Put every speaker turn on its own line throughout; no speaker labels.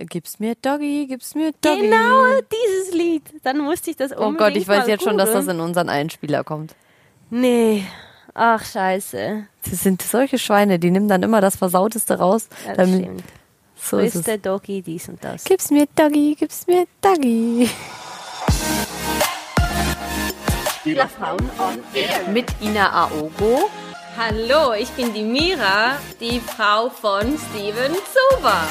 Gib's mir Doggy, gib's mir Doggy.
Genau dieses Lied. Dann musste ich das
Oh
unbedingt
Gott, ich weiß
mal
jetzt schon, dass das
googeln.
in unseren Einspieler kommt.
Nee. Ach, scheiße.
Das sind solche Schweine, die nehmen dann immer das Versauteste raus.
Das
damit-
stimmt.
so
So
ist
ist
es.
der Doggy dies und das.
Gib's mir Doggy, gib's mir Doggy.
Spielerfrauen on
Mit Ina Aogo.
Hallo, ich bin die Mira, die Frau von Steven Zuber.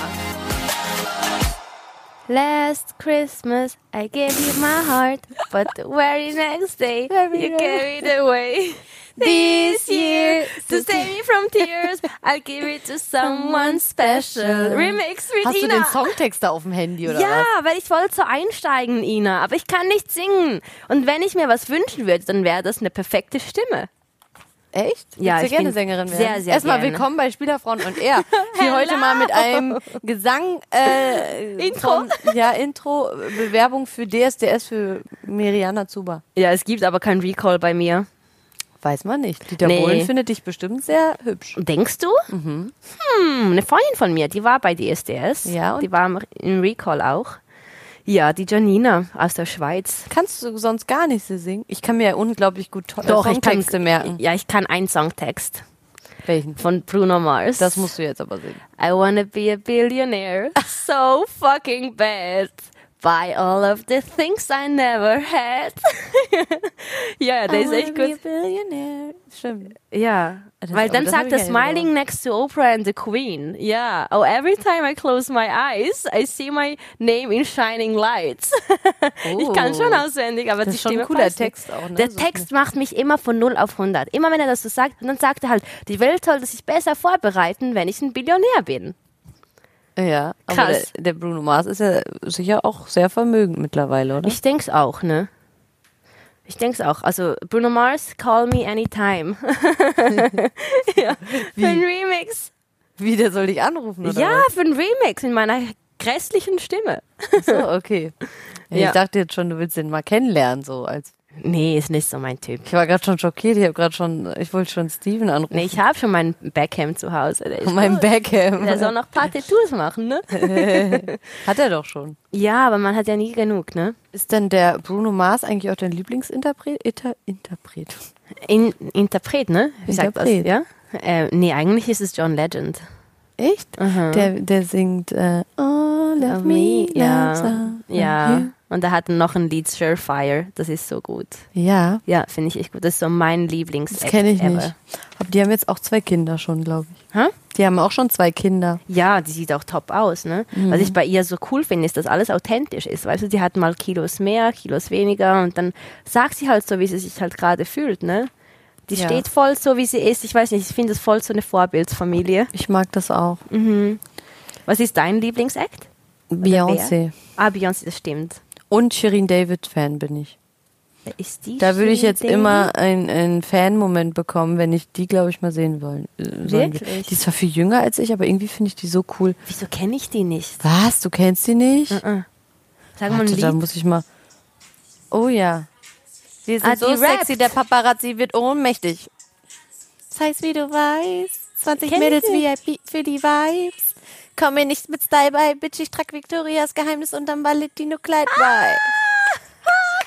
Last Christmas I gave you my heart, but the very next day you gave it away. This year, to save me from tears, I'll give it to someone special. Remix mit
Hast du
Ina.
den Songtext da auf dem Handy oder
ja,
was?
weil ich wollte so einsteigen, Ina, aber ich kann nicht singen. Und wenn ich mir was wünschen würde, dann wäre das eine perfekte Stimme.
Echt? Willst
Ja,
du
ich
gerne
bin
Sängerin werden?
sehr, sehr
Erstmal
gerne.
willkommen bei Spielerfrauen und er, die heute mal mit einem Gesang äh,
Intro.
von- ja, Intro äh, Bewerbung für DSDS für Miriana Zuba.
Ja, es gibt aber keinen Recall bei mir.
Weiß man nicht. Dieter
Nee.
Bohlen findet dich bestimmt sehr hübsch.
Denkst du?
Mhm.
Hm, eine Freundin von mir, die war bei DSDS.
Ja, und-
Die war im- im Recall auch. Ja, die Janina aus der Schweiz.
Kannst du sonst gar nicht so singen? Ich kann mir ja unglaublich gut to- Songtexte merken.
Ja, ich kann einen Songtext
Welchen?
von Bruno Mars.
Das musst du jetzt aber singen.
I wanna be a billionaire, so fucking bad. Buy all of the things I never had. ja, ja, der ist echt gut.
Stimmt.
Ja, weil
aber
dann
Ah, das hab
sagt
ich
er
ja nicht
Smiling next to Oprah and the Queen. Ja, oh, every time I close my eyes, I see my name in shining lights. Ich kann schon auswendig, aber
Oh, Das
die
ist schon ein
Stimme
cooler
passt nicht.
Text auch, ne?
Der
So-
Text macht mich immer von 0 auf 100. Immer wenn er das so sagt, und dann sagt er halt, die Welt sollte sich besser vorbereiten, wenn ich ein Billionär bin.
Ja, aber der,
Krass.
der Bruno Mars ist ja sicher auch sehr vermögend mittlerweile, oder?
Ich denk's auch, ne? Ich denk's auch. Also Bruno Mars, Call Me Anytime. ja, für ein Remix.
Wie, der soll dich anrufen, oder?
Ja, für ein Remix in meiner grässlichen Stimme.
was? Ach so, okay. Ja,
Ja.
Ich dachte jetzt schon, du willst den mal kennenlernen, so als.
Nee, ist nicht so mein Typ.
Ich war gerade schon schockiert, ich habe gerade schon, ich wollte schon Steven anrufen.
Nee, ich habe schon meinen Beckham zu Hause. Der, ist
Mein
gut. der soll
Beckham.
noch Partiturs machen, ne?
Hat er doch schon.
Ja, aber man hat ja nie genug, ne?
Ist denn der Bruno Mars eigentlich auch dein Lieblingsinterpret? Inter Interpret.
In, Interpret, ne? Wie sagt das?
Interpret.
Ja? Äh, nee, eigentlich ist es John Legend. Mhm.
Echt? Der, der singt äh, All of me, loves
ja.
are
ja.
you.
Und er hat noch ein Lied, Surefire. Das ist so gut.
Ja,
Ja, finde ich echt gut. Das ist so mein lieblings
das kenne ich
ever.
nicht. Aber die haben jetzt auch zwei Kinder schon, glaube ich.
Hä?
Die haben auch schon zwei Kinder.
Ja, die sieht auch top aus, ne?
Mhm.
Was ich bei ihr so cool finde, ist, dass alles authentisch ist. Weißt du, die hat mal Kilos mehr, Kilos weniger und dann sagt sie halt so, wie sie sich halt gerade fühlt, ne? Die
Ja.
steht voll so, wie sie ist. Ich weiß nicht, ich finde das voll so eine Vorbildsfamilie.
Ich mag das auch.
Was ist dein Lieblingsact?
Beyoncé.
Ah, Beyoncé, das stimmt.
Und Shirin David-Fan bin ich.
Wer Ist die
Da würde ich jetzt
Schwedin?
immer einen, einen Fan-Moment bekommen, wenn ich die, glaube ich, mal sehen wollen. äh, sollen will.
Wirklich?
Die ist zwar viel jünger als ich, aber irgendwie finde ich die so cool.
Wieso kenne ich die nicht? Ah.
Was? Du kennst die nicht?
Sag mal ein
Warte, da
Lied.
muss ich mal. Oh ja. Wir sind
Ah, die
so sexy,
rappt.
der Paparazzi wird ohnmächtig. Das heißt, wie du weißt, 20
Kenn ich
Mädels VIP für die Vibes. Komm mir nicht mit Style bei, Bitch, ich trag Victorias Geheimnis unterm Valentino-Kleid bei. Ah!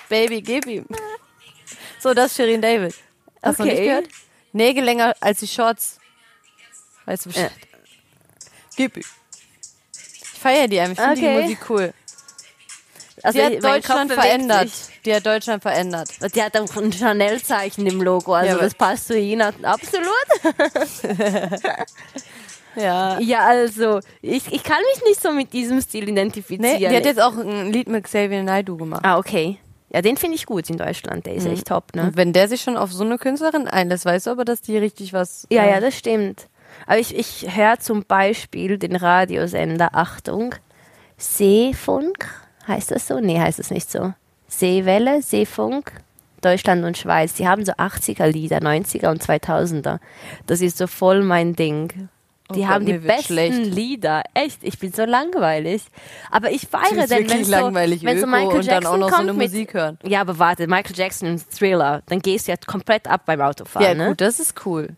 Baby, gib ihm. So, das ist Shirin David. Hast du noch nicht
Okay.
gehört? Nägel länger als die Shorts. Weißt du Bescheid? Gib ihm. Ich feiere die einfach, ich finde
Okay.
die Musik cool.
Also,
Die hat
mein Kopf
Deutschland
bewegt
verändert.
sich.
Die hat Deutschland verändert.
Und Die hat auch ein Chanel-Zeichen im Logo, also
Ja, aber-
das passt zu Ina absolut.
Ja.
Ja, also, ich, ich kann mich nicht so mit diesem Stil
Nee,
identifizieren.
die hat jetzt auch ein Lied mit Xavier Naidoo gemacht.
ah, okay. Ja, den finde ich gut in Deutschland. Der ist echt top, ne?
Und wenn der sich schon auf so eine Künstlerin einlässt, weißt du aber, dass die richtig was. äh,
Ja, ja,
das
das stimmt. Aber ich, ich höre zum Beispiel den Radiosender, Achtung, Seefunk. Heißt das so? Nee, heißt das nicht so. Seewelle, Seefunk, Deutschland und Schweiz. Die haben so 80er-Lieder, 90er und 2000er. Das ist so voll mein Ding.
Oh
Die
Gott,
haben die
mir wird
besten
schlecht.
Lieder. Echt, ich bin so langweilig. Aber ich feiere
ist
denn, wenn
wirklich
so,
langweilig,
wenn so
Öko,
Michael
und
Jackson
dann auch noch so
kommt
eine
mit,
Musik hören.
Ja, aber warte, Michael Jackson im Thriller, dann gehst du ja komplett ab beim Autofahren.
ja,
ne?
gut, das ist cool.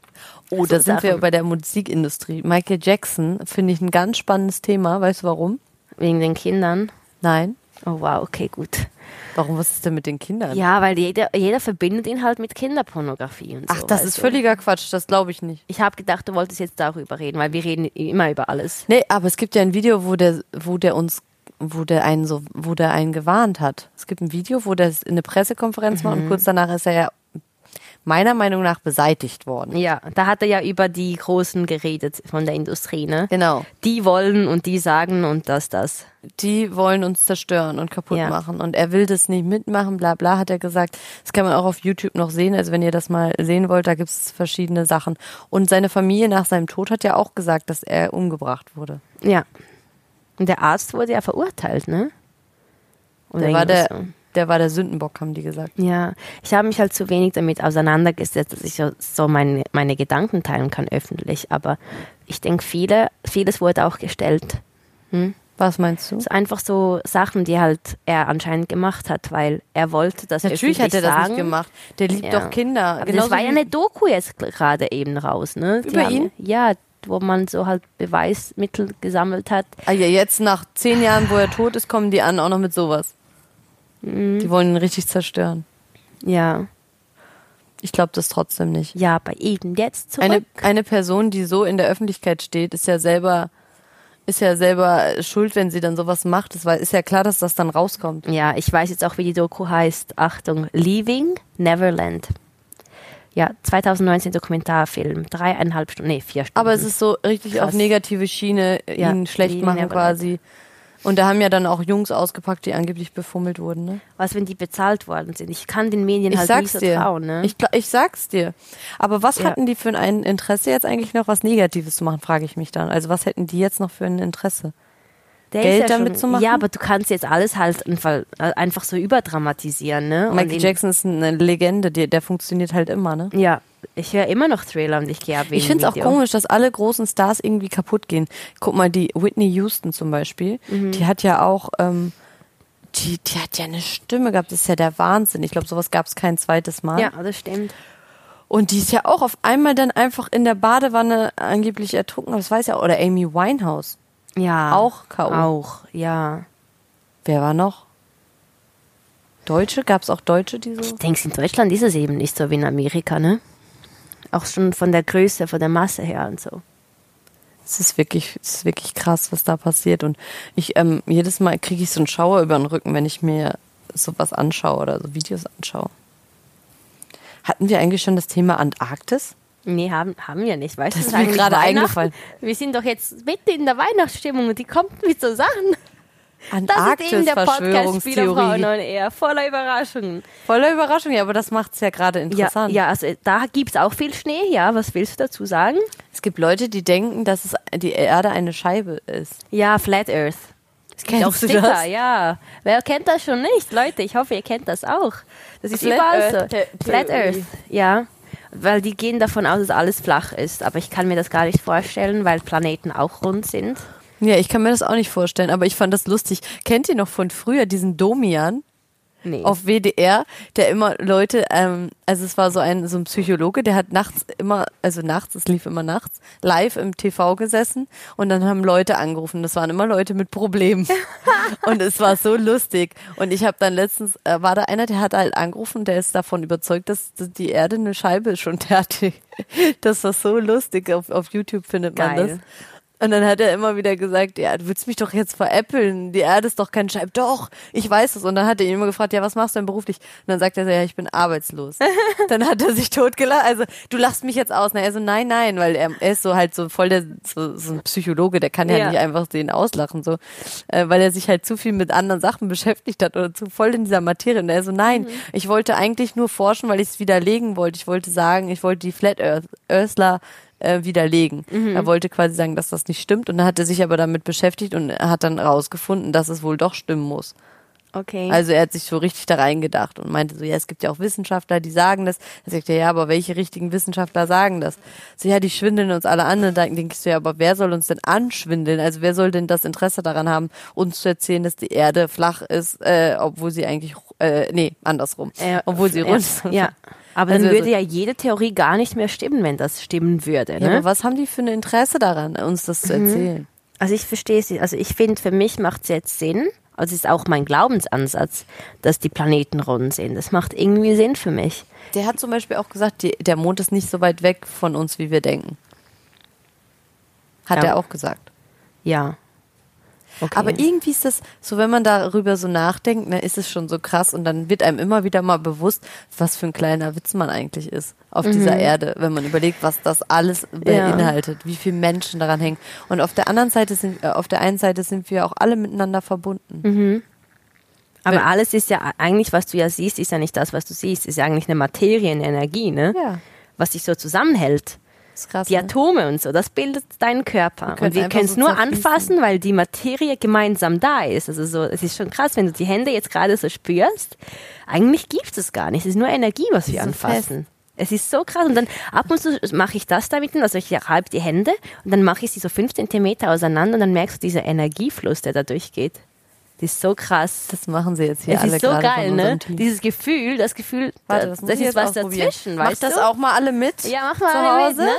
Oh, da
So
sind wir
Sachen.
bei der Musikindustrie. Michael Jackson finde ich ein ganz spannendes Thema. Weißt du warum?
Wegen den Kindern.
Nein.
Oh wow, okay, gut.
Warum, was ist denn mit den Kindern?
Ja, weil jeder, jeder verbindet ihn halt mit Kinderpornografie und so.
Ach, das
weißt
ist
du.
völliger Quatsch, das glaube ich nicht.
Ich habe gedacht, du wolltest jetzt darüber reden, weil wir reden immer über alles.
Nee, aber es gibt ja ein Video, wo der, wo der uns, wo der einen so, wo der einen gewarnt hat. Es gibt ein Video, wo der es in eine Pressekonferenz macht und kurz danach ist er ja meiner Meinung nach beseitigt worden.
Ja, da hat er ja über die Großen geredet von der Industrie, ne?
Genau.
Die wollen und die sagen und das, das.
Die wollen uns zerstören und kaputt
Ja.
machen und er will das nicht mitmachen, bla bla, hat er gesagt. Das kann man auch auf YouTube noch sehen. Also wenn ihr das mal sehen wollt, da gibt es verschiedene Sachen. Und seine Familie nach seinem Tod hat ja auch gesagt, dass er umgebracht wurde.
Ja. Und der Arzt wurde ja verurteilt, ne? Oder
Der war
irgendwas
der,
so.
der war der Sündenbock, haben die gesagt.
Ja, ich habe mich halt zu wenig damit auseinandergesetzt, dass ich so- so meine, meine Gedanken teilen kann öffentlich. Aber ich denke, viele, vieles wurde auch gestellt.
Was meinst du?
Es sind einfach so Sachen, die halt er anscheinend gemacht hat, weil er wollte das
Natürlich hat
öffentlich
er das
sagen.
nicht gemacht. Der liebt
Ja.
doch Kinder.
Aber
Genauso
das war ja
wie-
eine Doku jetzt gl- gerade eben raus, ne? Die
Über
haben-
ihn?
Ja, wo man so halt Beweismittel gesammelt hat.
Ah, ja, jetzt nach zehn Jahren, wo er tot ist, kommen die an, auch noch mit sowas.
Mhm.
Die wollen ihn richtig zerstören.
Ja,
Ich glaube das trotzdem nicht.
ja, bei eben jetzt zurück.
Eine, eine Person, die so in der Öffentlichkeit steht, ist ja selber ist ja selber schuld, wenn sie dann sowas macht. Es war- ist ja klar, dass das dann rauskommt.
ja, ich weiß jetzt auch, wie die Doku heißt. Achtung, Leaving Neverland. Ja, 2019 Dokumentarfilm, dreieinhalb Stunden, nee, vier Stunden.
Aber es ist so richtig
Krass.
auf negative Schiene
Ja,
ihn schlecht
ihn
machen
never
quasi. Und da haben ja dann auch Jungs ausgepackt, die angeblich befummelt wurden. Ne?
was, wenn die bezahlt worden sind? Ich kann den Medien
Ich
halt
sag's
nicht
dir.
vertrauen, ne?
Ich, gla- ich sag's dir. Aber was
Ja.
hatten die für ein Interesse jetzt eigentlich noch was Negatives zu machen, frage ich mich dann. Also was hätten die jetzt noch für ein Interesse?
Der
Geld
ist ja
damit
schon,
zu machen?
Ja, aber du kannst jetzt alles halt einfach, einfach so überdramatisieren, ne? Und
Michael
ihn-
Jackson ist eine Legende, die, der funktioniert halt immer, ne?
Ja, ich höre immer noch Thriller und ich gehe ab wegen
Ich finde es auch
Video.
komisch, dass alle großen Stars irgendwie kaputt gehen. Guck mal, die Whitney Houston zum Beispiel,
Mhm.
die hat ja auch, ähm, die, die hat ja eine Stimme gehabt, das ist ja der Wahnsinn. Ich glaube, sowas gab es kein zweites Mal.
Ja, das stimmt.
Und die ist ja auch auf einmal dann einfach in der Badewanne angeblich ertrunken, aber das weiß ja, oder Amy Winehouse.
Ja.
Auch K.O..
Auch, ja.
Wer war noch? Deutsche? Gab es auch Deutsche, die so.
Ich denke, in Deutschland ist es eben nicht so wie in Amerika, ne? Auch schon von der Größe, von der Masse her und so.
Es ist wirklich, es ist wirklich krass, was da passiert. Und ich, ähm, jedes Mal kriege ich so einen Schauer über den Rücken, wenn ich mir sowas anschaue oder so Videos anschaue. Hatten wir eigentlich schon das Thema Antarktis?
Nee, haben, haben wir nicht, weißt du?
Das ist
es
mir
eigentlich
gerade
Weihnachten?
eingefallen.
Wir sind doch jetzt mitten in der Weihnachtsstimmung und die kommt mit so Sachen. Das ist eben der Podcast Spielerfrauen
Verschwörungstheorie.
on Air, voller Überraschungen.
Voller Überraschung, ja, aber das macht es ja gerade
Ja,
interessant.
ja, also da gibt es auch viel Schnee, ja. Was willst du dazu sagen?
Es gibt Leute, die denken, dass es die Erde eine Scheibe ist.
Ja, Flat Earth. Es gibt
Kennst
auch
du
Sticker,
das?
ja. Wer kennt das schon nicht? Leute, ich hoffe, ihr kennt das auch. Das ist
Flat
überall
Earth
so.
The-
Flat
Theorie.
Earth, ja. Weil die gehen davon aus, dass alles flach ist. Aber ich kann mir das gar nicht vorstellen, weil Planeten auch rund sind.
Ja, ich kann mir das auch nicht vorstellen, aber ich fand das lustig. Kennt ihr noch von früher diesen Domian?
Nee.
auf WDR, der immer Leute, ähm, also es war so ein so ein Psychologe, der hat nachts immer, also nachts, es lief immer nachts, live im TV gesessen und dann haben Leute angerufen. Das waren immer Leute mit Problemen und es war so lustig. Und ich habe dann letztens äh, war da einer, der hat halt angerufen, der ist davon überzeugt, dass dass die Erde eine Scheibe ist und der hat, die- das war so lustig. Auf, auf YouTube findet man
Geil.
das. Und dann hat er immer wieder gesagt, ja, du willst mich doch jetzt veräppeln, die Erde ist doch kein Scheib. Doch, ich weiß es. Und dann hat er ihn immer gefragt, ja, was machst du denn beruflich? Und dann sagt er so, ja, ich bin arbeitslos. dann hat er sich totgelacht, also du lachst mich jetzt aus. Na, er so, nein, nein, weil er, er ist so halt so voll der, so, so ein Psychologe, der kann ja,
Ja.
nicht einfach den auslachen, so, äh, weil er sich halt zu viel mit anderen Sachen beschäftigt hat oder zu voll in dieser Materie. Und er so, nein, ich wollte eigentlich nur forschen, weil ich es widerlegen wollte. Ich wollte sagen, ich wollte die Flat Earth, Earthler äh, widerlegen. Er wollte quasi sagen, dass das nicht stimmt und dann hat er sich aber damit beschäftigt und er hat dann rausgefunden, dass es wohl doch stimmen muss.
okay.
Also er hat sich so richtig da reingedacht und meinte so, ja, es gibt ja auch Wissenschaftler, die sagen das. Er sagt er, ja, aber welche richtigen Wissenschaftler sagen das? So, ja, die schwindeln uns alle an. Und dann denkst du, ja, aber wer soll uns denn anschwindeln? Also wer soll denn das Interesse daran haben, uns zu erzählen, dass die Erde flach ist, äh, obwohl sie eigentlich, äh, nee, andersrum.
Äh,
obwohl sie
äh,
rund ist.
Ja. Aber
Also
dann
wir
würde
so-
ja jede Theorie gar nicht mehr stimmen, wenn das stimmen würde.
Ja,
Ne?
Mhm. aber was haben die für ein Interesse daran, uns das zu erzählen?
Also ich verstehe sie. Also ich finde, für mich macht es jetzt Sinn. Also es ist auch mein Glaubensansatz, dass die Planeten rund sind. Das macht irgendwie Sinn für mich.
Der hat zum Beispiel auch gesagt, die, der Mond ist nicht so weit weg von uns, wie wir denken. Hat
Ja.
er auch gesagt.
Ja. Okay.
Aber irgendwie ist das, so wenn man darüber so nachdenkt, ne, ist es schon so krass und dann wird einem immer wieder mal bewusst, was für ein kleiner Witz man eigentlich ist auf
Mhm.
dieser Erde, wenn man überlegt, was das alles beinhaltet, wie viele Menschen daran hängen. Und auf der anderen Seite sind, äh, auf der einen Seite sind wir auch alle miteinander verbunden.
Mhm. Aber alles ist ja eigentlich, was du ja siehst, ist ja nicht das, was du siehst. Ist ja eigentlich eine Materie, eine Energie, ne?
Ja.
Was sich so zusammenhält.
Das ist krass.
Die
ne?
Atome und so, das bildet deinen Körper.
können
und wir
einfach
können es
so
nur
zerfließen.
anfassen, weil die Materie gemeinsam da ist. Also so, es ist schon krass, wenn du die Hände jetzt gerade so spürst. Eigentlich gibt es gar nicht. Es ist nur Energie, was wir
so
anfassen. Es ist so krass. Und dann ab und zu mache ich das damit, also ich reibe die Hände und dann mache ich sie so fünf Zentimeter auseinander und dann merkst du dieser Energiefluss, der da durchgeht. Das ist so krass.
das machen sie jetzt hier
Es
alle
ist so
gerade von
geil,
unserem
ne?
Team.
Dieses Gefühl, das Gefühl,
Warte,
das,
das, muss
das
ich jetzt
ist was
ausprobieren.
dazwischen,
Macht
weißt
das
du?
auch mal alle mit?
Ja, mach mal
zu
alle
Hause.
mit, ne?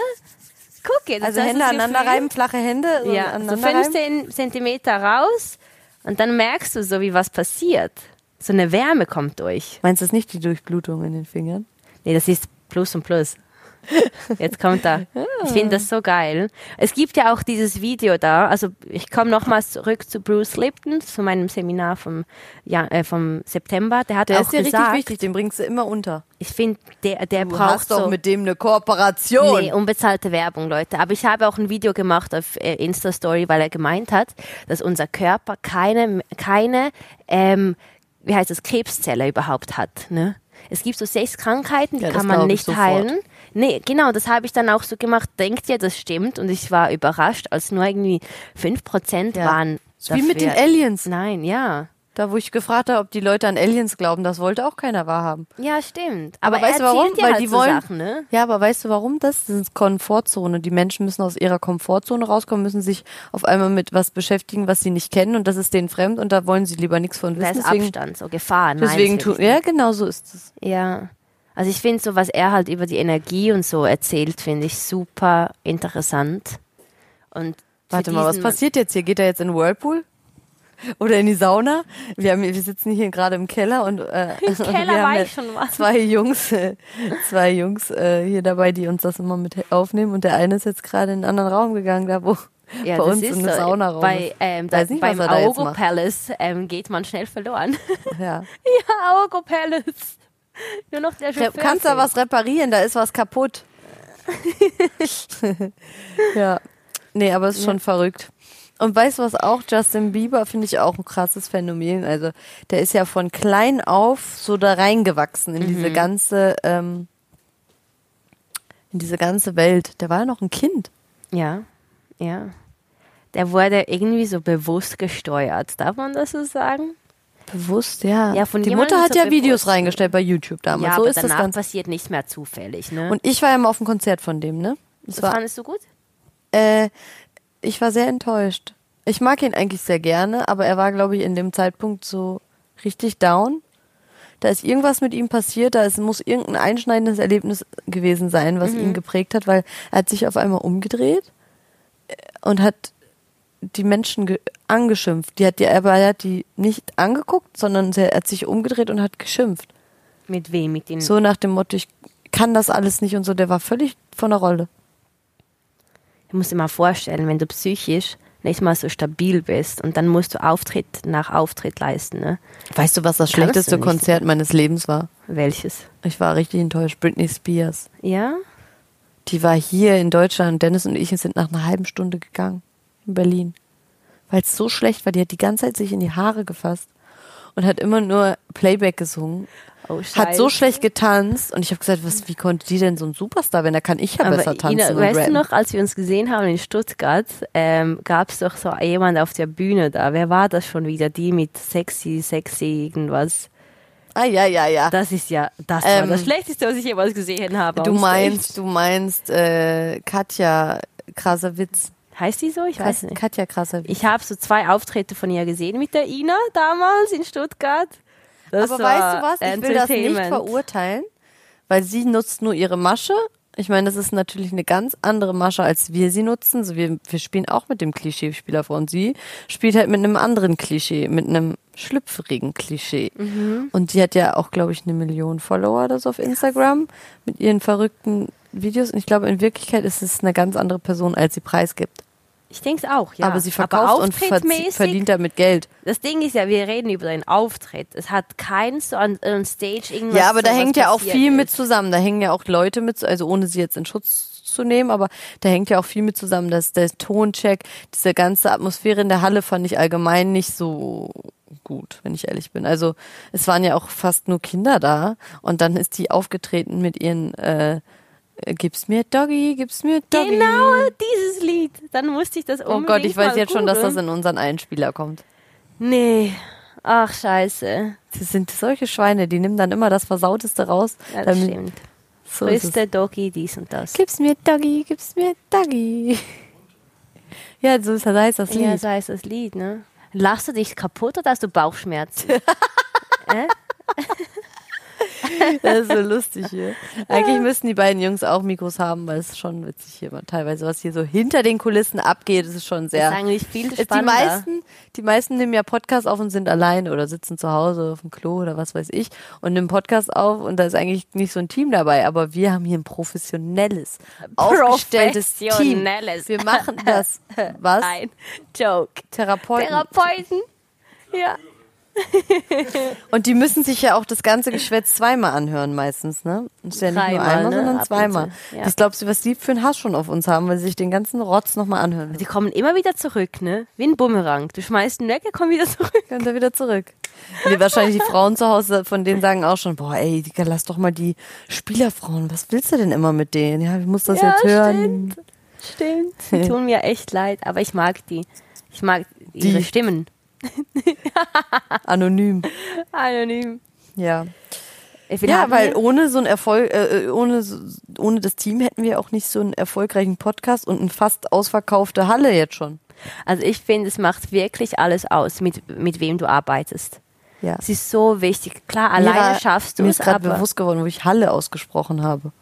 Guck jetzt.
Also
das
Hände
ist das
aneinander
Gefühl.
reiben, flache Hände so
Ja, so
aneinander reiben.
15 Zentimeter raus und dann merkst du so, wie was passiert. So eine Wärme kommt durch.
Meinst du es nicht die Durchblutung in den Fingern?
Nee, das ist Plus und Plus. Jetzt kommt er. Ich finde das so geil. Es gibt ja auch dieses Video da. Also ich komme nochmals zurück zu Bruce Lipton, zu meinem Seminar vom, ja, äh, vom September. Der hat
Der
auch
ist dir
gesagt,
richtig wichtig, den bringst du immer unter.
ich finde, der, der
Du
braucht
hast doch
so
mit dem eine Kooperation.
Nee, unbezahlte Werbung, Leute. Aber ich habe auch ein Video gemacht auf äh, Insta-Story, weil er gemeint hat, dass unser Körper keine, keine ähm, wie heißt das, Krebszelle überhaupt hat. Ne? Es gibt so sechs Krankheiten, die
Ja, das
kann man
glaube ich
nicht
sofort.
heilen. Nee, genau, das habe ich dann auch so gemacht. Denkt ihr, das stimmt? Und ich war überrascht, als nur irgendwie 5%
Ja.
waren.
Wie mit den
dafür.
Aliens.
Nein, ja.
Da, wo ich gefragt habe, ob die Leute an Aliens glauben, das wollte auch keiner wahrhaben.
Ja, stimmt.
Aber
Aber,
weißt du
er erzählt
warum?
dir
Weil
halt
die
so
wollen-
Sachen, ne?
Ja, aber weißt du, warum das? Das ist Komfortzone. Die Menschen müssen aus ihrer Komfortzone rauskommen, müssen sich auf einmal mit was beschäftigen, was sie nicht kennen und das ist denen fremd und da wollen sie lieber nichts von
Da
wissen.
ist
Deswegen,
Abstand, so Gefahr. Nein, das will
deswegen
ich
tun. Ja, genau so ist es.
Ja. Also ich finde so, was er halt über die Energie und so erzählt, finde ich super interessant. Und für
Warte mal, was
diesen-
passiert jetzt hier? Geht er jetzt in den Whirlpool? Oder in die Sauna? Wir, haben, hier- wir sitzen hier gerade im Keller und äh, Im
Keller
wir
war
haben ja
ich schon mal.
Zwei Jungs, äh, zwei Jungs äh, hier dabei, die uns das immer mit aufnehmen und der eine ist jetzt gerade in einen anderen Raum gegangen, da wo
Ja,
bei
das
uns
ist
in den
so.
Saunaraum
Bei,
ist.
ähm, da,
Weiß nicht,
beim
was er da jetzt
Augo
macht.
Palace ähm, geht man schnell verloren.
Ja.
ja, Augo Palace. Nur noch der
Du
Chauffeur.
kannst da
fehlt.
was reparieren, da ist was kaputt. ja. Nee, aber es ist schon verrückt. Und weißt du was auch? Justin Bieber finde ich auch ein krasses Phänomen. Also der ist ja von klein auf so da reingewachsen in
Mhm.
diese ganze, ähm, in diese ganze Welt. Der war ja noch ein Kind.
Ja, ja. Der wurde irgendwie so bewusst gesteuert. Darf man das so sagen?
Bewusst, ja.
Ja, von
Die
jemandem
Mutter hat
so
ja Videos
bewusst.
reingestellt bei YouTube damals.
ja,
so
aber
ist das
danach
Ganze.
passiert nichts mehr zufällig. Ne?
Und ich war ja mal auf dem Konzert von dem, ne? Das war
fandest du gut?
Äh, ich war sehr enttäuscht. Ich mag ihn eigentlich sehr gerne, aber er war, glaube ich, in dem Zeitpunkt so richtig down. Da ist irgendwas mit ihm passiert, da ist, muss irgendein einschneidendes Erlebnis gewesen sein, was ihn geprägt hat, weil er hat sich auf einmal umgedreht äh, und hat die Menschen ge- angeschimpft. Die hat die, aber er hat die nicht angeguckt, sondern er hat sich umgedreht und hat geschimpft.
Mit wem? Mit den
So nach dem Motto, ich kann das alles nicht und so. Der war völlig von der Rolle.
Du musst dir mal vorstellen, wenn du psychisch nicht mal so stabil bist und dann musst du Auftritt nach Auftritt leisten. Ne?
Weißt du, was das
Kannst du
schlechteste
nicht.
Konzert meines Lebens war?
Welches?
Ich war richtig enttäuscht. Britney Spears.
Ja?
Die war hier in Deutschland. Dennis und ich sind nach einer halben Stunde gegangen. In Berlin. Weil es so schlecht war. Die hat die ganze Zeit sich in die Haare gefasst. Und hat immer nur Playback gesungen.
Oh,
Hat so schlecht getanzt. Und ich habe gesagt, was, wie konnte die denn so ein Superstar werden? Da kann ich ja
aber
besser tanzen
Ina,
und
weißt du
rappen.
noch, als wir uns gesehen haben in Stuttgart, ähm, gab es doch so jemand auf der Bühne da. Wer war das schon wieder? Die mit sexy, sexy irgendwas.
Ah, ja, ja, ja.
Das ist ja, das war
Ähm,
das Schlechteste, was ich jemals gesehen habe.
Du
auf
meinst, du meinst, äh, Katja Krasavitz.
Stage. heißt die so? Ich weiß
Kas-
nicht.
Katja Krasavitz.
Ich habe so zwei Auftritte von ihr gesehen mit der Ina damals in Stuttgart. Das
Aber
war
weißt du was? Ich will das nicht
Entertainment.
verurteilen, weil sie nutzt nur ihre Masche Ich meine, das ist natürlich eine ganz andere Masche, als wir sie nutzen. So, wir, wir spielen auch mit dem Klischee-Spieler vor und sie spielt halt mit einem anderen Klischee, mit einem schlüpfrigen Klischee.
Mhm.
Und die hat ja auch, glaube ich, eine Million Follower oder so auf Instagram mit ihren verrückten Videos. Und ich glaube, in Wirklichkeit ist es eine ganz andere Person, als sie preisgibt.
Ich denke es auch, ja.
Aber sie verkauft und verzie-
auftrittsmäßig-
verdient damit Geld.
Das Ding ist ja, wir reden über deinen Auftritt. Es hat kein so an, an Stage irgendwas.
Ja, aber da
so was
hängt ja auch
passiert
viel mit
ist.
zusammen. Da hängen ja auch Leute mit, zu- also ohne sie jetzt in Schutz zu nehmen, aber da hängt ja auch viel mit zusammen, dass der Toncheck, diese ganze Atmosphäre in der Halle fand ich allgemein nicht so gut, wenn ich ehrlich bin. Also es waren ja auch fast nur Kinder da und dann ist die aufgetreten mit ihren äh, äh, Gib's mir Doggy, gib's mir Doggy.
Genau dieses Lied. Dann musste ich das
Oh
unbedingt
Gott, ich weiß
mal
jetzt schon, dass das
googeln.
in unseren Einspieler kommt.
Nee. Ach, scheiße.
Das sind solche Schweine, die nehmen dann immer das Versauteste raus.
Ja, das
damit-
stimmt.
so ist es.
Größte Doggy, dies und das.
Gib's mir Doggy, gib's mir Doggy. Ja, so ist das, heißt das Lied.
Ja, so heißt das Lied, ne? Lachst du dich kaputt oder hast du Bauchschmerzen? äh?
Das ist so lustig hier. Eigentlich müssten die beiden Jungs auch Mikros haben, weil es ist schon witzig hier immer teilweise, was hier so hinter den Kulissen abgeht, ist schon sehr.
Ist eigentlich viel
Ist die
spannender.
meisten, die meisten nehmen ja Podcast auf und sind allein oder sitzen zu Hause auf dem Klo oder was weiß ich und nehmen Podcast auf und da ist eigentlich nicht so ein Team dabei, aber wir haben hier ein professionelles, aufgestelltes Team.
Professionelles.
Wir machen das. Was?
Nein, Joke.
Therapeuten.
Therapeuten. Ja.
Und die müssen sich ja auch das ganze Geschwätz zweimal anhören meistens, ne? Ist ja nicht nur
Dreimal,
einmal,
ne? Ab
sondern
und
zweimal.
zu, ja.
Was glaubst du, was die für einen Hass schon auf uns haben, weil sie sich den ganzen Rotz nochmal anhören?
Die kommen immer wieder zurück, ne? Wie ein Bumerang. Du schmeißt ihn weg, er kommt wieder zurück.
Können da wieder zurück. Nee, wahrscheinlich die Frauen zu Hause, von denen sagen auch schon, boah, ey, Digga, lass doch mal die Spielerfrauen, was willst du denn immer mit denen? Ja, ich muss das
Ja,
jetzt hören.
Stimmt. Die tun mir echt leid, aber ich mag die. Ich mag ihre
Die.
Stimmen.
Anonym.
Anonym.
Ja.
Wie viel
Ja,
haben
weil
wir?
ohne so ein Erfolg, äh, äh, ohne, so- ohne das Team hätten wir auch nicht so einen erfolgreichen Podcast und eine fast ausverkaufte Halle jetzt schon.
Also ich finde, es macht wirklich alles aus, mit, mit wem du arbeitest.
Ja.
Es ist so wichtig. Klar,
Mir
alleine
war-
schaffst du
mir
es,
ist gerade
aber...
bewusst geworden, wo ich Halle ausgesprochen habe.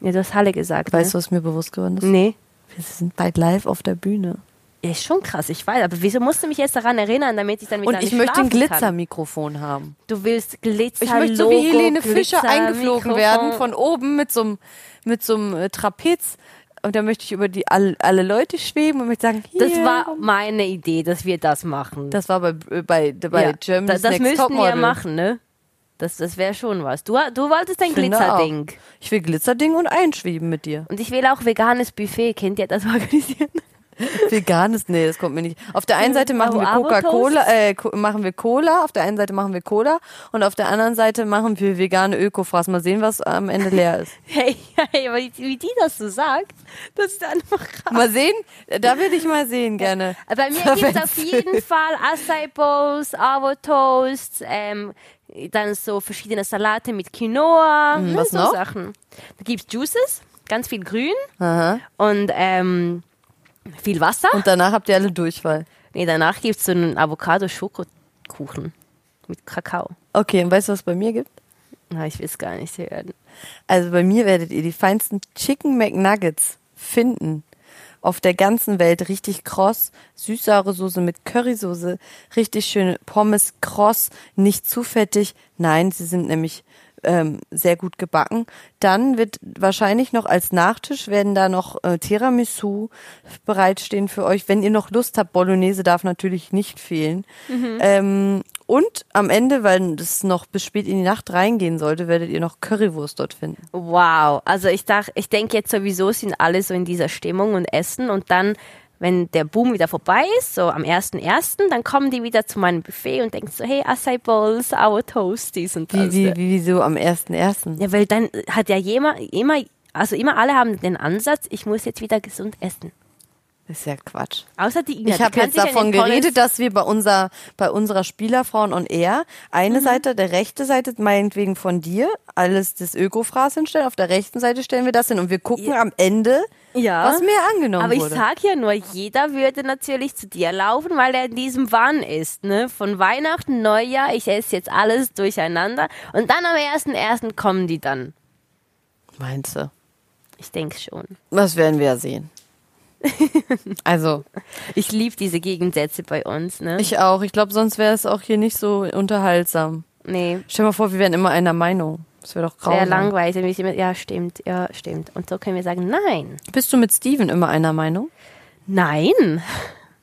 Ja, du hast Halle gesagt,
Weißt du,
ne?
was mir bewusst geworden ist?
Nee.
Wir sind bald live auf der Bühne.
Ja, ist schon krass, ich weiß. Aber wieso musst du mich jetzt daran erinnern, damit ich dann mit
Und
deinem
ich möchte ein
schlafen Kann?
Glitzermikrofon haben.
Du willst Glitzer,
Ich möchte so wie
Logo,
Helene Fischer
Glitzer,
eingeflogen
Mikrofon.
werden, von oben mit so einem mit so einem, äh, Trapez. Und da möchte ich über die all, alle Leute schweben und möchte sagen, hier.
Das war meine Idee, dass wir das machen.
das war bei, äh, bei, bei
Ja.
Germany's
Da- das
Next
müssten wir
Topmodel.
machen, ne? Das, das wäre schon was. Du, du wolltest ein
Ich finde auch.
Glitzerding.
Ich will Glitzerding und einschweben mit dir.
Und ich will auch veganes Buffet. Kennt ihr das organisieren?
Veganes, nee, das kommt mir nicht. Auf der einen Seite machen wir
Avocado-Toast?
Coca-Cola, äh, Co- machen wir Cola, auf der einen Seite machen wir Cola und auf der anderen Seite machen wir vegane Ökofraß. Mal sehen, was am Ende leer ist.
Hey, hey, aber wie die das so sagt, das ist einfach krass.
Mal sehen, da würde ich mal sehen gerne.
Bei mir gibt es auf jeden Fall Acai Bowls, Avo Toast, ähm, dann so verschiedene Salate mit Quinoa, ne,
Mhm. was
so
noch?
Sachen. Da gibt's Juices, ganz viel Grün
Aha.
und ähm, viel Wasser.
Und danach habt ihr alle Durchfall.
Nee, danach gibt's so einen Avocado-Schokokuchen mit Kakao.
Okay, und weißt du, was es bei mir gibt?
Na, ich will es gar nicht hören.
Also bei mir werdet ihr die feinsten Chicken McNuggets finden. Auf der ganzen Welt richtig kross, süßsaure Soße mit Currysoße, richtig schöne Pommes kross, nicht zu fettig. Nein, sie sind nämlich ähm, sehr gut gebacken. Dann wird wahrscheinlich noch als Nachtisch werden da noch äh, Tiramisu bereitstehen für euch, wenn ihr noch Lust habt. Bolognese darf natürlich nicht fehlen.
Mhm.
Ähm, und am Ende, weil das noch bis spät in die Nacht reingehen sollte, werdet ihr noch Currywurst dort finden.
Wow, also ich dachte, ich denke jetzt sowieso sind alle so in dieser Stimmung und essen und dann, wenn der Boom wieder vorbei ist, so am 1.1., dann kommen die wieder zu meinem Buffet und denken so, hey, Acai Bowls, our Toasties und
Wie,
das.
wie, wie, wieso am 1.1.?
Ja, weil dann hat ja jemand, immer, also immer alle haben den Ansatz, ich muss jetzt wieder gesund essen.
Das ist ja Quatsch.
Außer die Ina,
Ich
die
habe
kann
jetzt
sich an den
davon
tollen-
geredet, dass wir bei, unser, bei unserer Spielerfrauen on Air eine
Mhm.
Seite, der rechte Seite meinetwegen von dir, alles das Ökofraß hinstellen, auf der rechten Seite stellen wir das hin und wir gucken am Ende,
Ja.
was mehr angenommen
Aber ich
wurde.
sag ja nur, jeder würde natürlich zu dir laufen, weil er in diesem Wahn ist, ne? Von Weihnachten, Neujahr, ich esse jetzt alles durcheinander und dann am 1.1. kommen die dann.
Meinst du?
Ich denke schon.
Das werden wir ja sehen. also,
Ich liebe diese Gegensätze bei uns, ne?
ich auch. Ich glaube, sonst wäre es auch hier nicht so unterhaltsam.
nee.
Stell dir mal vor, wir wären immer einer Meinung. Das wäre doch grausam.
Sehr langweilig. wenn ich immer- Ja, stimmt, ja, stimmt. Und so können wir sagen, nein.
Bist du mit Steven immer einer Meinung?
Nein.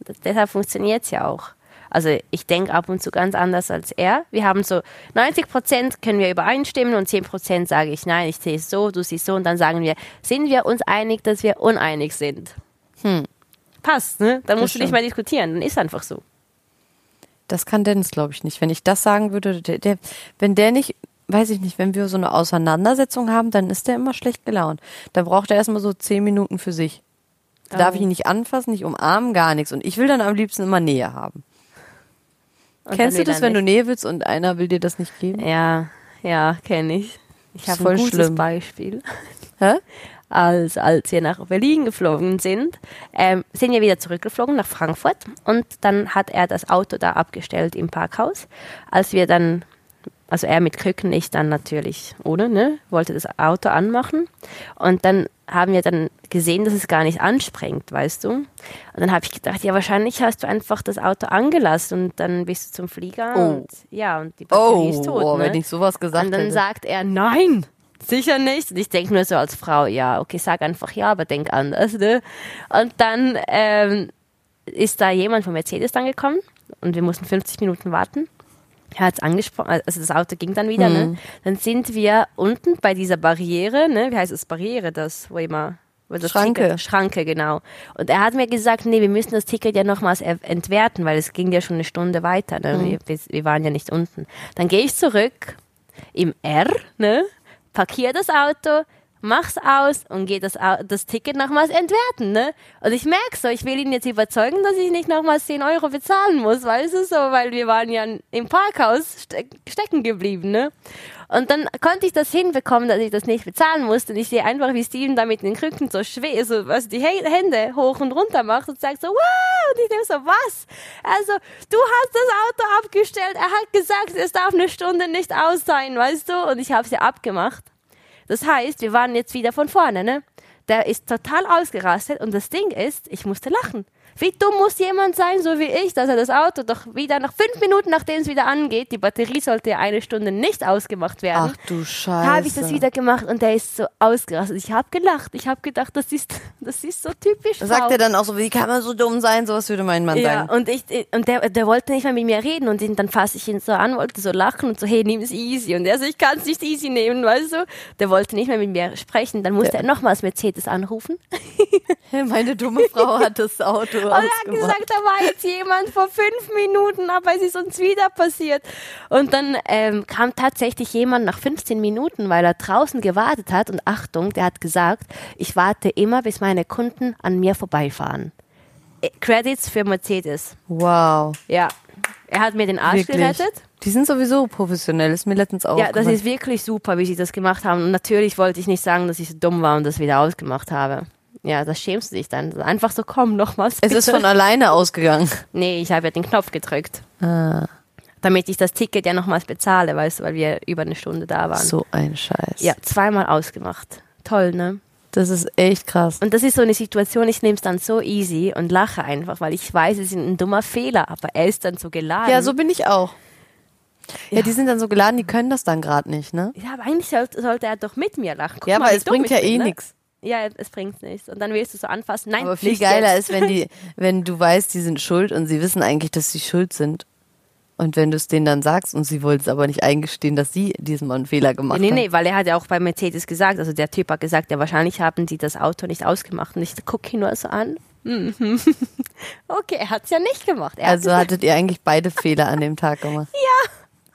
Das, deshalb funktioniert es ja auch. Also ich denke ab und zu ganz anders als er. Wir haben so 90 Prozent können wir übereinstimmen und 10 Prozent sage ich, nein, ich sehe es so, du siehst so. Und dann sagen wir, sind wir uns einig, dass wir uneinig sind? Passt, ne? Dann musst du
Hm.
nicht
stimmt.
mehr diskutieren. Dann ist einfach so.
Das kann Dennis, glaube ich, nicht. Wenn ich das sagen würde, der, der, wenn der nicht, weiß ich nicht, wenn wir so eine Auseinandersetzung haben, dann ist der immer schlecht gelaunt. Dann braucht er erstmal so zehn Minuten für sich. Da darf ich ihn nicht anfassen, nicht umarmen, gar nichts. Und ich will dann am liebsten immer Nähe haben.
Und
Kennst du
dann
das,
wieder
wenn du
nicht.
Nähe willst und einer will dir das nicht geben?
Ja, ja, kenne ich. Ich
Ist
habe
voll
ein gutes
schlimm.
Beispiel.
Hä?
als, als wir nach Berlin geflogen sind, ähm, sind wir wieder zurückgeflogen nach Frankfurt und dann hat er das Auto da abgestellt im Parkhaus. Als wir dann, also er mit Krücken, ich dann natürlich ohne, ne, wollte das Auto anmachen und dann haben wir dann gesehen, dass es gar nicht anspringt, weißt du. Und dann habe ich gedacht, ja, wahrscheinlich hast du einfach das Auto angelassen und dann bist du zum Flieger
Oh.
und ja, und die Batterie
Oh,
ist tot.
boah,
ne?
wenn ich sowas gesagt
Und dann
hätte.
sagt er, nein, sicher nicht. Und ich denke nur so als Frau, ja, okay, sag einfach ja, aber denk anders. Ne? Und dann ähm, ist da jemand von Mercedes dann gekommen und wir mussten 50 Minuten warten. Er hat es angesprochen, also das Auto ging dann wieder.
Mhm.
Ne? Dann sind wir unten bei dieser Barriere, ne? wie heißt es, Barriere, das, wo immer... wo das
Schranke.
Ticket- Schranke, genau. Und er hat mir gesagt, nee, wir müssen das Ticket ja nochmals er- entwerten, weil es ging ja schon eine Stunde weiter.
Mhm.
Ne? Wir- Wir, wir waren ja nicht unten. Dann gehe ich zurück im R, ne? Parkier das Auto, mach's aus und geh das, Au- das Ticket nochmals entwerten, ne? Und ich merk so, ich will ihn jetzt überzeugen, dass ich nicht nochmals 10 Euro bezahlen muss, weißt du so, weil wir waren ja im Parkhaus ste stecken geblieben, ne? Und dann konnte ich das hinbekommen, dass ich das nicht bezahlen musste. Und ich sehe einfach, wie Steven da mit den Krücken so schwer, so, was die Hä- Hände hoch und runter macht und sagt so, wow! Und ich denke so, was? Also, du hast das Auto abgestellt. Er hat gesagt, es darf eine Stunde nicht aus sein, weißt du? Und ich habe es ja abgemacht. Das heißt, wir waren jetzt wieder von vorne, ne? Der ist total ausgerastet und das Ding ist, ich musste lachen. Wie dumm muss jemand sein, so wie ich, dass er das Auto doch wieder nach fünf Minuten, nachdem es wieder angeht, die Batterie sollte ja eine Stunde nicht ausgemacht werden,
Ach du Scheiße.
habe ich das wieder gemacht und der ist so ausgerastet. Ich habe gelacht. Ich habe gedacht, das ist, das ist so typisch. Frau.
Sagt er dann auch so, wie kann man so dumm sein? Sowas würde mein Mann
Ja,
sagen.
und ich und der, der wollte nicht mehr mit mir reden und ihn, dann fasse ich ihn so an, wollte so lachen und so, hey, nimm es easy. Und er so, ich kann es nicht easy nehmen, weißt du? Der wollte nicht mehr mit mir sprechen. Dann musste er nochmals Mercedes anrufen.
Meine dumme Frau hat das Auto
Und er hat gesagt, da war jetzt jemand vor fünf Minuten, aber es ist uns wieder passiert. Und dann ähm, kam tatsächlich jemand nach 15 Minuten, weil er draußen gewartet hat. Und Achtung, der hat gesagt, ich warte immer, bis meine Kunden an mir vorbeifahren. Äh, Credits für Mercedes.
Wow.
Ja. Er hat mir den Arsch
Wirklich. Oh
gerettet.
Die sind sowieso professionell, ist mir letztens auch.
Ja, das ist wirklich super, wie sie das gemacht haben. Und natürlich wollte ich nicht sagen, dass ich so dumm war und das wieder ausgemacht habe. Ja, das schämst du dich dann. Einfach so, komm, nochmals.
es ist
bitte.
von alleine ausgegangen.
Nee, ich habe ja den Knopf gedrückt. Ah. Damit ich das Ticket ja nochmals bezahle, weißt du, weil wir über eine Stunde da waren.
So ein Scheiß.
Ja, zweimal ausgemacht. Toll, ne?
Das ist echt krass.
Und das ist so eine Situation, ich nehme es dann so easy und lache einfach, weil ich weiß, es ist ein dummer Fehler, aber er ist dann so geladen.
Ja, so bin ich auch. Ja, die sind dann so geladen, die können das dann gerade nicht, ne?
Ja, aber eigentlich sollte, sollte er doch mit mir lachen. Guck
ja,
mal,
aber
wie
es
dumm
bringt
ich
ja
bin,
eh
ne?
nix.
Ja, es bringt nichts. Und dann willst du so anfassen. Nein,
Aber viel
nicht
geiler ist,
jetzt.
wenn die, wenn du weißt, die sind schuld und sie wissen eigentlich, dass sie schuld sind. Und wenn du es denen dann sagst und sie wollten es aber nicht eingestehen, dass sie diesmal einen Fehler gemacht
Nee,
haben.
nee, weil er hat ja auch bei Mercedes gesagt, also der Typ hat gesagt, ja, wahrscheinlich haben die das Auto nicht ausgemacht. Und ich gucke ihn nur so an. Mhm. okay, er hat es ja nicht gemacht. Er
Also
hat
hattet ihr eigentlich beide Fehler an dem Tag gemacht.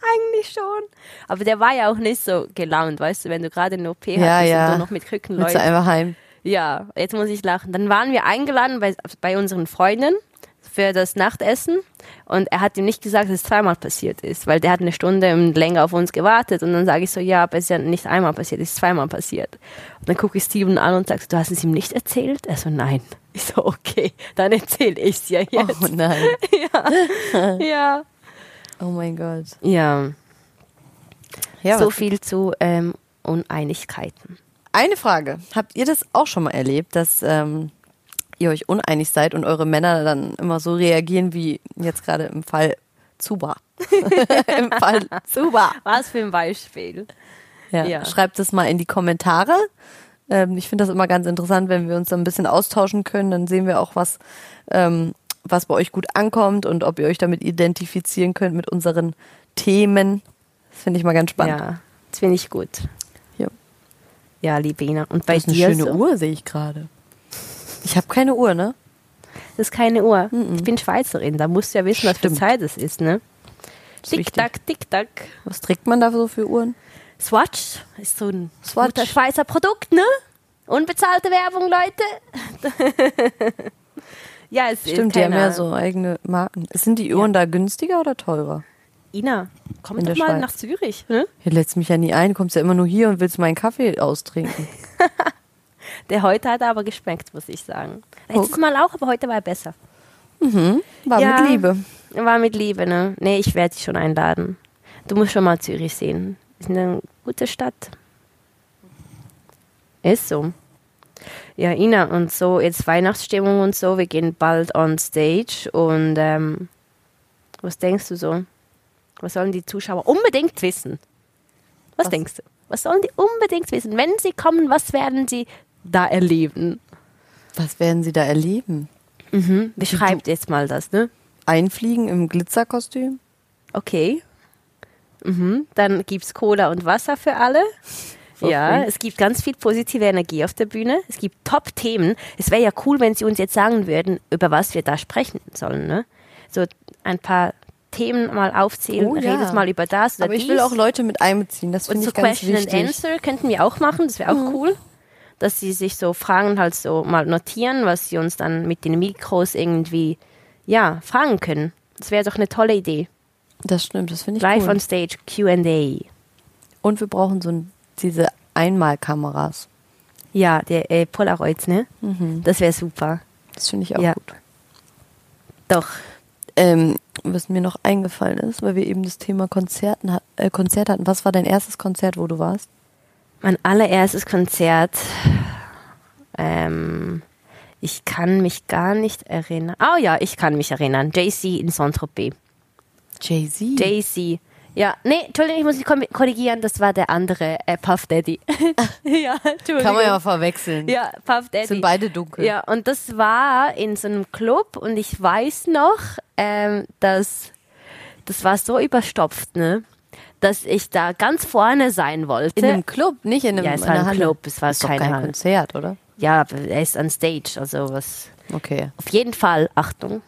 eigentlich schon. Aber der war ja auch nicht so gelaunt, weißt du, wenn du gerade eine OP
Ja,
hattest
ja.
und du noch mit Krücken
Willst du
läufst.
einfach heim?
Ja, jetzt muss ich lachen. Dann waren wir eingeladen bei, bei unseren Freunden für das Nachtessen und er hat ihm nicht gesagt, dass es zweimal passiert ist, weil der hat eine Stunde und länger auf uns gewartet und dann sage ich so, ja, aber es ist ja nicht einmal passiert, es ist zweimal passiert. Und dann gucke ich Steven an und sage, so, du hast es ihm nicht erzählt? Er so, nein. Ich so, okay, dann erzähle ich es ja jetzt.
Oh nein.
Ja.
Oh mein Gott.
Ja,
Ja,
so
was-
viel zu ähm, Uneinigkeiten.
Eine Frage. Habt ihr das auch schon mal erlebt, dass ähm, ihr euch uneinig seid und eure Männer dann immer so reagieren wie jetzt gerade im Fall Zuba? Im Fall Zuba.
Was für ein Beispiel.
Ja.
Ja.
Schreibt es mal in die Kommentare. Ähm, ich finde das immer ganz interessant, wenn wir uns da ein bisschen austauschen können. Dann sehen wir auch, was, ähm, was bei euch gut ankommt und ob ihr euch damit identifizieren könnt mit unseren Themen. Das finde ich mal ganz spannend.
Ja, das finde ich gut.
Ja.
Ja, Libena. Und bei
Das ist eine
dir
schöne
so?
Uhr, sehe ich gerade. Ich habe keine Uhr, ne?
Das ist keine Uhr. Ich bin Schweizerin, da musst du ja wissen, was für
Stimmt.
Zeit es ist, ne?
richtig.
Tick-Tack, Tick-Tack.
Was trägt man da so für Uhren?
Swatch ist so ein
Swatch.
guter Schweizer Produkt, ne? Unbezahlte Werbung, Leute. ja, es ist
Stimmt, die haben
Äh, keine
ja
Ahnung.
so eigene Marken. Sind die Uhren da günstiger oder teurer?
Ina, komm
In
doch
der
mal
Schweiz.
nach Zürich. Ne?
Hier lädst mich ja nie ein, kommst ja immer nur hier und willst meinen Kaffee austrinken.
Der heute hat aber geschmeckt, muss ich sagen. Letztes
Guck.
Mal auch, aber heute war er besser.
War
Ja.
mit Liebe.
War mit Liebe, ne? Nee, ich werde dich schon einladen. Du musst schon mal Zürich sehen. Ist eine gute Stadt. Ist so. Ja, Ina, und so, jetzt Weihnachtsstimmung und so, wir gehen bald on stage und ähm, was denkst du so? Was sollen die Zuschauer unbedingt wissen? Was,
Was?
denkst du? Was sollen die unbedingt wissen? Wenn sie kommen, was werden sie da erleben?
Was werden sie da erleben?
Mhm. Beschreibt jetzt mal das, ne?
Einfliegen im Glitzerkostüm?
Okay. Mhm. Dann gibt es Cola und Wasser für alle.
For
ja,
free.
es gibt ganz viel positive Energie auf der Bühne. Es gibt Top-Themen. Es wäre ja cool, wenn Sie uns jetzt sagen würden, über was wir da sprechen sollen. Ne? So ein paar Themen mal aufzählen.
Oh, ja.
Redet mal über das oder
Aber ich
dies.
will auch Leute mit einbeziehen, das
und
finde
so
ich ganz
Question and
wichtig. Mhm.
Answer könnten wir auch machen. Das wäre auch cool. Dass Sie sich so Fragen halt so mal notieren, was Sie uns dann mit den Mikros irgendwie, ja, fragen können. Das wäre doch eine tolle Idee.
Das stimmt, das finde ich
Live on
cool.
Stage QA.
Und wir brauchen so ein, diese Einmalkameras.
Ja, der äh, Polaroids, ne? Das wäre super.
Das finde ich auch
Ja.
gut.
Doch.
Ähm, was mir noch eingefallen ist, weil wir eben das Thema Konzerten, ha- äh, Konzert hatten. Was war dein erstes Konzert, wo du warst?
Mein allererstes Konzert. Ähm, ich kann mich gar nicht erinnern. Ah ja, ich kann mich erinnern. JC in Saint-Tropez.
Jay-Z.
JC. Ja, nee, Entschuldigung, ich muss mich kom- korrigieren. Das war der andere äh, Puff Daddy. ja, Entschuldigung.
Ah. Kann man ja verwechseln.
Ja, Puff Daddy.
Sind beide dunkel.
Ja, und das war in so einem Club und ich weiß noch, ähm, dass das war so überstopft, ne? Dass ich da ganz vorne sein wollte.
In einem Club, nicht in einem,
Ja, es
in
war
einer
ein
Halle.
Club, es war
ist doch
keine
kein
Halle.
Konzert, oder?
ja, aber er ist on Stage, also was.
Okay.
Auf jeden Fall, Achtung,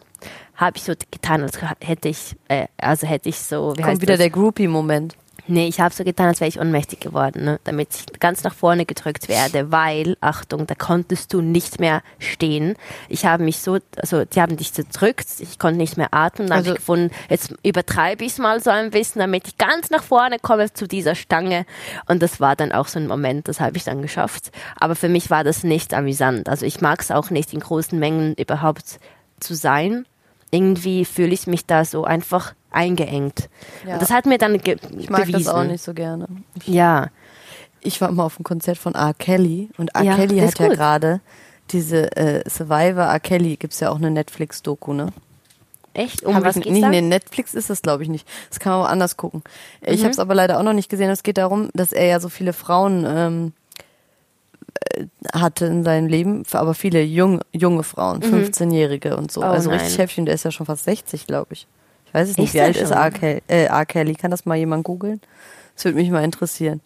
habe ich so getan, als hätte ich, äh, also hätte ich so, wie heißt
Kommt wieder
das?
der Groupie-Moment.
Nee, ich habe so getan, als wäre ich ohnmächtig geworden, ne? damit ich ganz nach vorne gedrückt werde, weil, Achtung, da konntest du nicht mehr stehen. Ich habe mich so, also die haben dich zerdrückt, ich konnte nicht mehr atmen, dann
Also-
habe ich gefunden, jetzt übertreibe ich es mal so ein bisschen, damit ich ganz nach vorne komme zu dieser Stange. Und das war dann auch so ein Moment, das habe ich dann geschafft. Aber für mich war das nicht amüsant. Also ich mag es auch nicht, in großen Mengen überhaupt zu sein. Irgendwie fühle ich mich da so einfach eingeengt.
Ja.
Und das hat mir dann ge
Ich mag
bewiesen.
das auch nicht so gerne.
Ja,
Ich war mal auf einem Konzert von R. Kelly und R.
Ja,
Kelly
der
hat
ist
ja
gut.
gerade diese äh, Survivor R. Kelly, gibt es ja auch eine Netflix-Doku, ne?
echt? Um
Hab
was
ich,
geht's
nee,
da?
nee, Netflix ist das, glaube ich, nicht. Das kann man auch anders gucken.
Mhm.
Ich habe es aber leider auch noch nicht gesehen. Es geht darum, dass er ja so viele Frauen ähm, äh, hatte in seinem Leben, aber viele junge, junge Frauen, 15-Jährige und so.
Mhm. Oh,
also
nein.
richtig heftig. Und der ist ja schon fast 60, glaube ich. Ich weiß es nicht,
Ist
wie
er
alt ist
schon?
R. Kelly, äh, R. Kelly? Kann das mal jemand googeln? Das würde mich mal interessieren.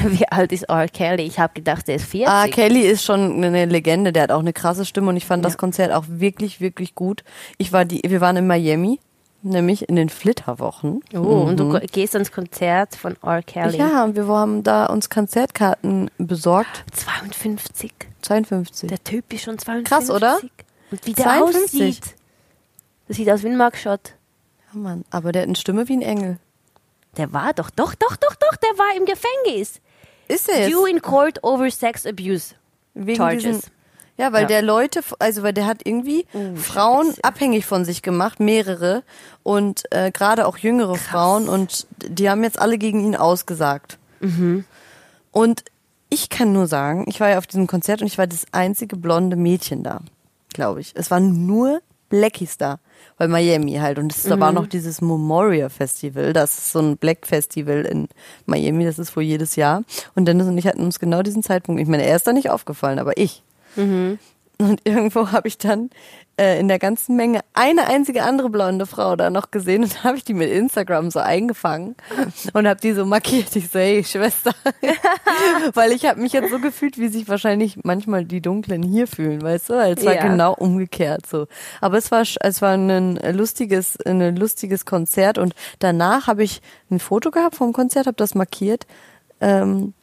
Wie alt ist R. Kelly? Ich habe gedacht, der ist 40.
Ah, Kelly ist schon eine Legende, der hat auch eine krasse Stimme und ich fand das
Ja.
Konzert auch wirklich, wirklich gut. Ich war die, wir waren in Miami, nämlich in den Flitterwochen. Mhm.
Oh, und du ge- gehst ans Konzert von R. Kelly.
Ja, und wir haben da uns Konzertkarten besorgt.
52.
52.
Der Typ ist schon 52.
Krass, oder?
Und wie der
52.
aussieht. Das sieht aus wie ein Mugshot.
Ja, Mann, aber der hat eine Stimme wie ein Engel.
Der war doch, doch, doch, doch, doch, der war im Gefängnis.
Ist er
Due in court over sex abuse.
Wegen
Charges.
diesen- ja, weil
Ja.
der Leute, also weil der hat irgendwie Frauen abhängig von sich gemacht, mehrere und äh, gerade auch jüngere Frauen und die haben jetzt alle gegen ihn ausgesagt. Und Ich kann nur sagen, ich war ja auf diesem Konzert und ich war das einzige blonde Mädchen da, glaube ich. Es waren nur Blackies da, bei Miami halt. Und es, da war noch dieses Memorial Festival, das ist so ein Black Festival in Miami, das ist wohl jedes Jahr. Und Dennis und ich hatten uns genau diesen Zeitpunkt, ich meine, er ist da nicht aufgefallen, aber ich. Und irgendwo habe ich dann äh, in der ganzen Menge eine einzige andere blonde Frau da noch gesehen und habe ich die mit Instagram so eingefangen und habe die so markiert. Ich so, hey Schwester, weil ich habe mich jetzt so gefühlt, wie sich wahrscheinlich manchmal die Dunklen hier fühlen, weißt du? Weil es war
Ja.
genau umgekehrt so. Aber es war, sch- es war ein lustiges, ein lustiges Konzert und danach habe ich ein Foto gehabt vom Konzert, habe das markiert ähm,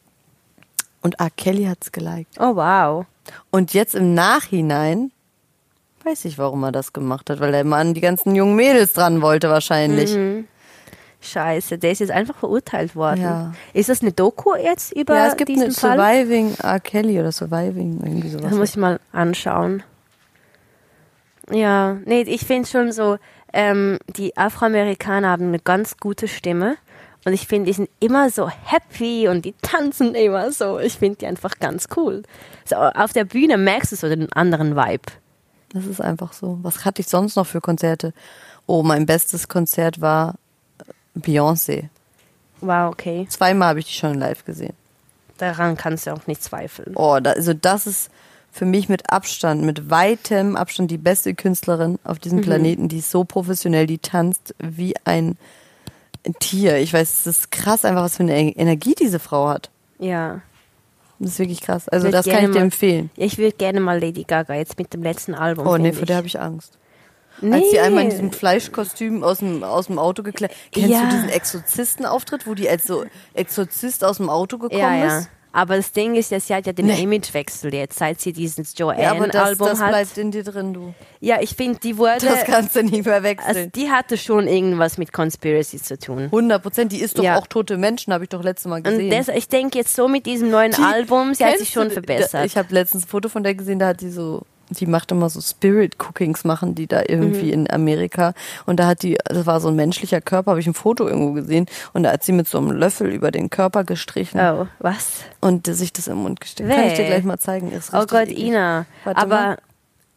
und R. Kelly hat's geliked.
Oh, wow.
Und jetzt im Nachhinein weiß ich, warum er das gemacht hat, weil der Mann die ganzen jungen Mädels dran wollte wahrscheinlich.
Mhm. Scheiße, der ist jetzt einfach verurteilt worden.
Ja.
Ist das eine Doku jetzt über
Ja, es gibt
diesen
eine
Fall?
Surviving R. Kelly oder Surviving irgendwie
Das muss
sowas.
ich mal anschauen. Ja, nee, ich finde schon so, ähm, die Afroamerikaner haben eine ganz gute Stimme. Und ich finde, die sind immer so happy und die tanzen immer so. Ich finde die einfach ganz cool. So, auf der Bühne merkst du so den anderen Vibe.
Das ist einfach so. Was hatte ich sonst noch für Konzerte? Oh, mein bestes Konzert war Beyoncé.
Wow, okay.
Zweimal habe ich die schon live gesehen.
Daran kannst du auch nicht zweifeln.
Oh, da, also das ist für mich mit Abstand, mit weitem Abstand die beste Künstlerin auf diesem
Mhm.
Planeten. Die ist so professionell, die tanzt wie ein Tier. Ich weiß, es ist krass einfach, was für eine E- Energie diese Frau hat.
Ja.
Das ist wirklich krass. Also
Würd
das kann
gerne
ich dir
mal-
empfehlen.
Ich würde gerne mal Lady Gaga jetzt mit dem letzten Album.
Oh nee,
find
vor der habe ich Angst.
nee.
Als die einmal in diesem Fleischkostüm aus dem, aus dem Auto gekleidet. Kennst
Ja.
du diesen Exorzistenauftritt, wo die als so Exorzist aus dem Auto gekommen
ja, ja.
ist?
Aber das Ding ist, dass sie hat ja den
Nee.
Imagewechsel jetzt, seit sie dieses
Ja, aber das,
Joanne-Album
das
hat.
bleibt in dir drin, du.
Ja, ich finde, die wurde.
Das kannst du nicht mehr wechseln.
Also die hatte schon irgendwas mit Conspiracy zu tun.
100 Prozent, die ist doch
Ja.
auch tote Menschen, habe ich doch letztes Mal gesehen.
Und das, ich denke jetzt so mit diesem neuen Album, sie hat sich
Kennst
schon
du-
verbessert.
Da, ich habe letztens ein Foto von der gesehen, da hat die so, die macht immer so Spirit Cookings machen, die da irgendwie
Mhm.
in Amerika. Und da hat die, das war so ein menschlicher Körper, habe ich ein Foto irgendwo gesehen. Und da hat sie mit so einem Löffel über den Körper gestrichen
oh, was?
und sich das im Mund gesteckt. Kann ich dir
Weh.
gleich mal zeigen. Ist
Oh
richtig
Gott,
eklig.
Ina.
Warte
aber
mal.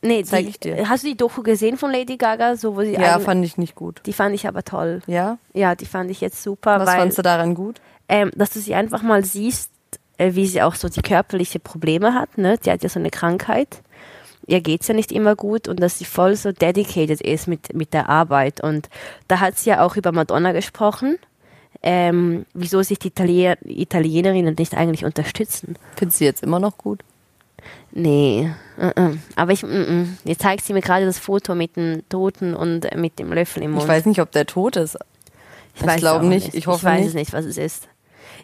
nee,
Zeig
die,
ich dir.
hast du die Doku gesehen von Lady Gaga, so wo sie
Ja,
eigen-
fand ich nicht gut.
die fand ich aber toll.
Ja?
Ja, die fand ich jetzt super,
Was
weil
fandst du daran gut?
ähm, dass du sie einfach mal siehst, äh, wie sie auch so die körperliche Probleme hat. Ne? Die hat ja so eine Krankheit. Ihr geht's ja nicht immer gut und dass sie voll so dedicated ist mit, mit der Arbeit. Und da hat sie ja auch über Madonna gesprochen, ähm, wieso sich die Italier Italienerinnen nicht eigentlich unterstützen.
Findest du jetzt immer noch gut?
Nee, äh, äh. aber ich, äh, äh. jetzt zeigt sie mir gerade das Foto mit dem Toten und äh, mit dem Löffel im Mund.
Ich weiß nicht, ob der tot ist. ich
weiß es
glaube
auch
nicht. Ich hoffe
weiß
nicht.
es nicht, was es ist.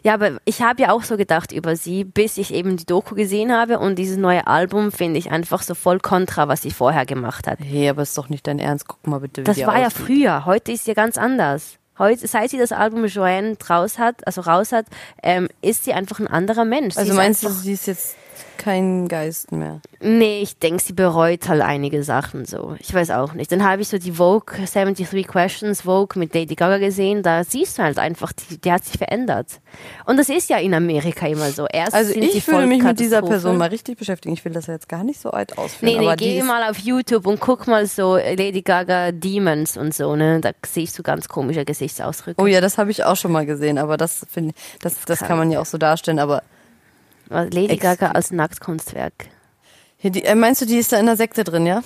Ja, aber ich habe ja auch so gedacht über sie, bis ich eben die Doku gesehen habe und dieses neue Album finde ich einfach so voll kontra, was sie vorher gemacht hat.
Hey, aber ist doch nicht dein Ernst. Guck mal bitte, wie
Das
die
war ja
aussieht.
früher, heute ist sie ganz anders. Heute, seit sie das Album Joanne draus hat, also raus hat, ähm, ist sie einfach ein anderer Mensch. Sie
Also
ist
meinst du,
einfach,
sie ist jetzt kein Geist mehr?
Nee, ich denke, sie bereut halt einige Sachen so. Ich weiß auch nicht. Dann habe ich so die Vogue 73 Questions Vogue mit Lady Gaga gesehen. Da siehst du halt einfach, die, die hat sich verändert. Und das ist ja in Amerika immer so. Erst
Also
sind die
ich würde mich mit dieser
Vollkatastrophe.
Person mal richtig beschäftigen. Ich will das ja jetzt gar nicht so alt ausführen.
Nee, nee,
aber die
geh
ist,
mal auf YouTube und guck mal so äh, Lady Gaga Demons und so, ne? Da siehst du ganz komische Gesichtsausdrücke.
oh ja, das habe ich auch schon mal gesehen, aber das finde ich- das, das kann man ja auch so darstellen. Aber
Also Lady
Ex-
Gaga als Nacktkunstwerk.
hier, die, äh, meinst du, die ist da in der Sekte drin, ja?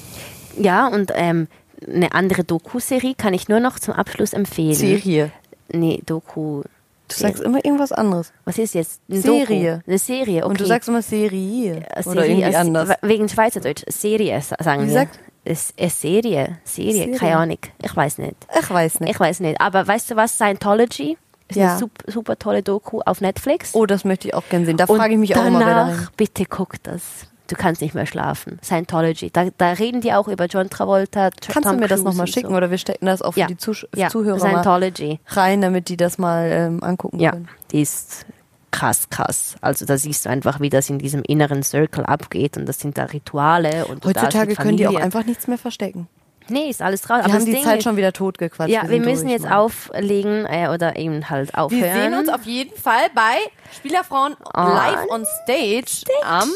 Ja, und ähm, eine andere Doku-Serie kann ich nur noch zum Abschluss empfehlen.
Serie.
Nee, Doku.
Du sagst immer irgendwas anderes.
Was ist jetzt? Eine
Serie.
Doku. Eine Serie, okay.
Und du sagst immer Serie
Äh, Serie
oder irgendwie
als-
anders.
we- Wegen Schweizerdeutsch. Serie, sa- sagen
Wie
wir.
sagt-
Es, es Serie. Serie.
Serie.
Keine Ahnung. Ich weiß nicht.
Ich weiß nicht.
Ich weiß nicht. Aber weißt du was? Scientology ist
Ja.
eine super, super tolle Doku auf Netflix.
Oh, das möchte ich auch gern sehen. Da
Und
frage ich mich auch immer, wer da rein.
danach, bitte guck das. Du kannst nicht mehr schlafen. Scientology. Da, da reden die auch über John Travolta. Tr-
Kannst
Tom
du mir das
Cruise
nochmal
und
schicken
So.
oder wir stecken das auch für
Ja.
die Zusch
ja.
Zuhörer mal
Scientology.
rein, damit die das mal ähm, angucken
Ja,
können.
die ist krass, krass. Also da siehst du einfach, wie das in diesem inneren Circle abgeht und das sind da Rituale und du darfst
Heutzutage
mit
können die auch
Familie-
einfach nichts mehr verstecken.
Nee, ist alles drauf.
Wir haben die
Ding
Zeit
ist-
schon wieder totgequatscht.
Ja,
sind
wir müssen
durch,
jetzt
Mann.
auflegen äh, oder eben halt aufhören.
Wir sehen uns auf jeden Fall bei Spielerfrauen live on stage, am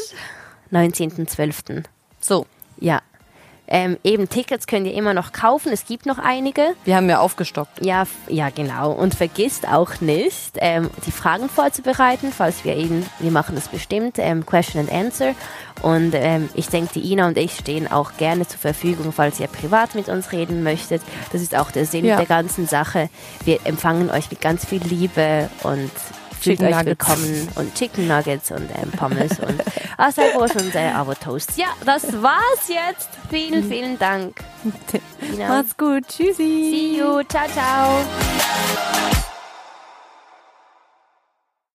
19.12.
so.
Ja. Ähm, eben Tickets könnt ihr immer noch kaufen. Es gibt noch einige.
Wir haben ja aufgestockt.
Ja, f- ja genau. Und vergisst auch nicht, ähm, die Fragen vorzubereiten, falls wir eben, wir machen das bestimmt, ähm, Question and Answer. Und ähm, ich denke, die Ina und ich stehen auch gerne zur Verfügung, falls ihr privat mit uns reden möchtet. Das ist auch der Sinn
Ja.
der ganzen Sache. Wir empfangen euch mit ganz viel Liebe und fühlt
Chicken
euch
Nuggets.
willkommen und Chicken Nuggets und ähm, Pommes und Acai-Brot und äh, Avo-Toast. Ja, das war's jetzt. Vielen,
Mhm.
vielen Dank. Ina.
Macht's gut. Tschüssi.
See you. Ciao, ciao.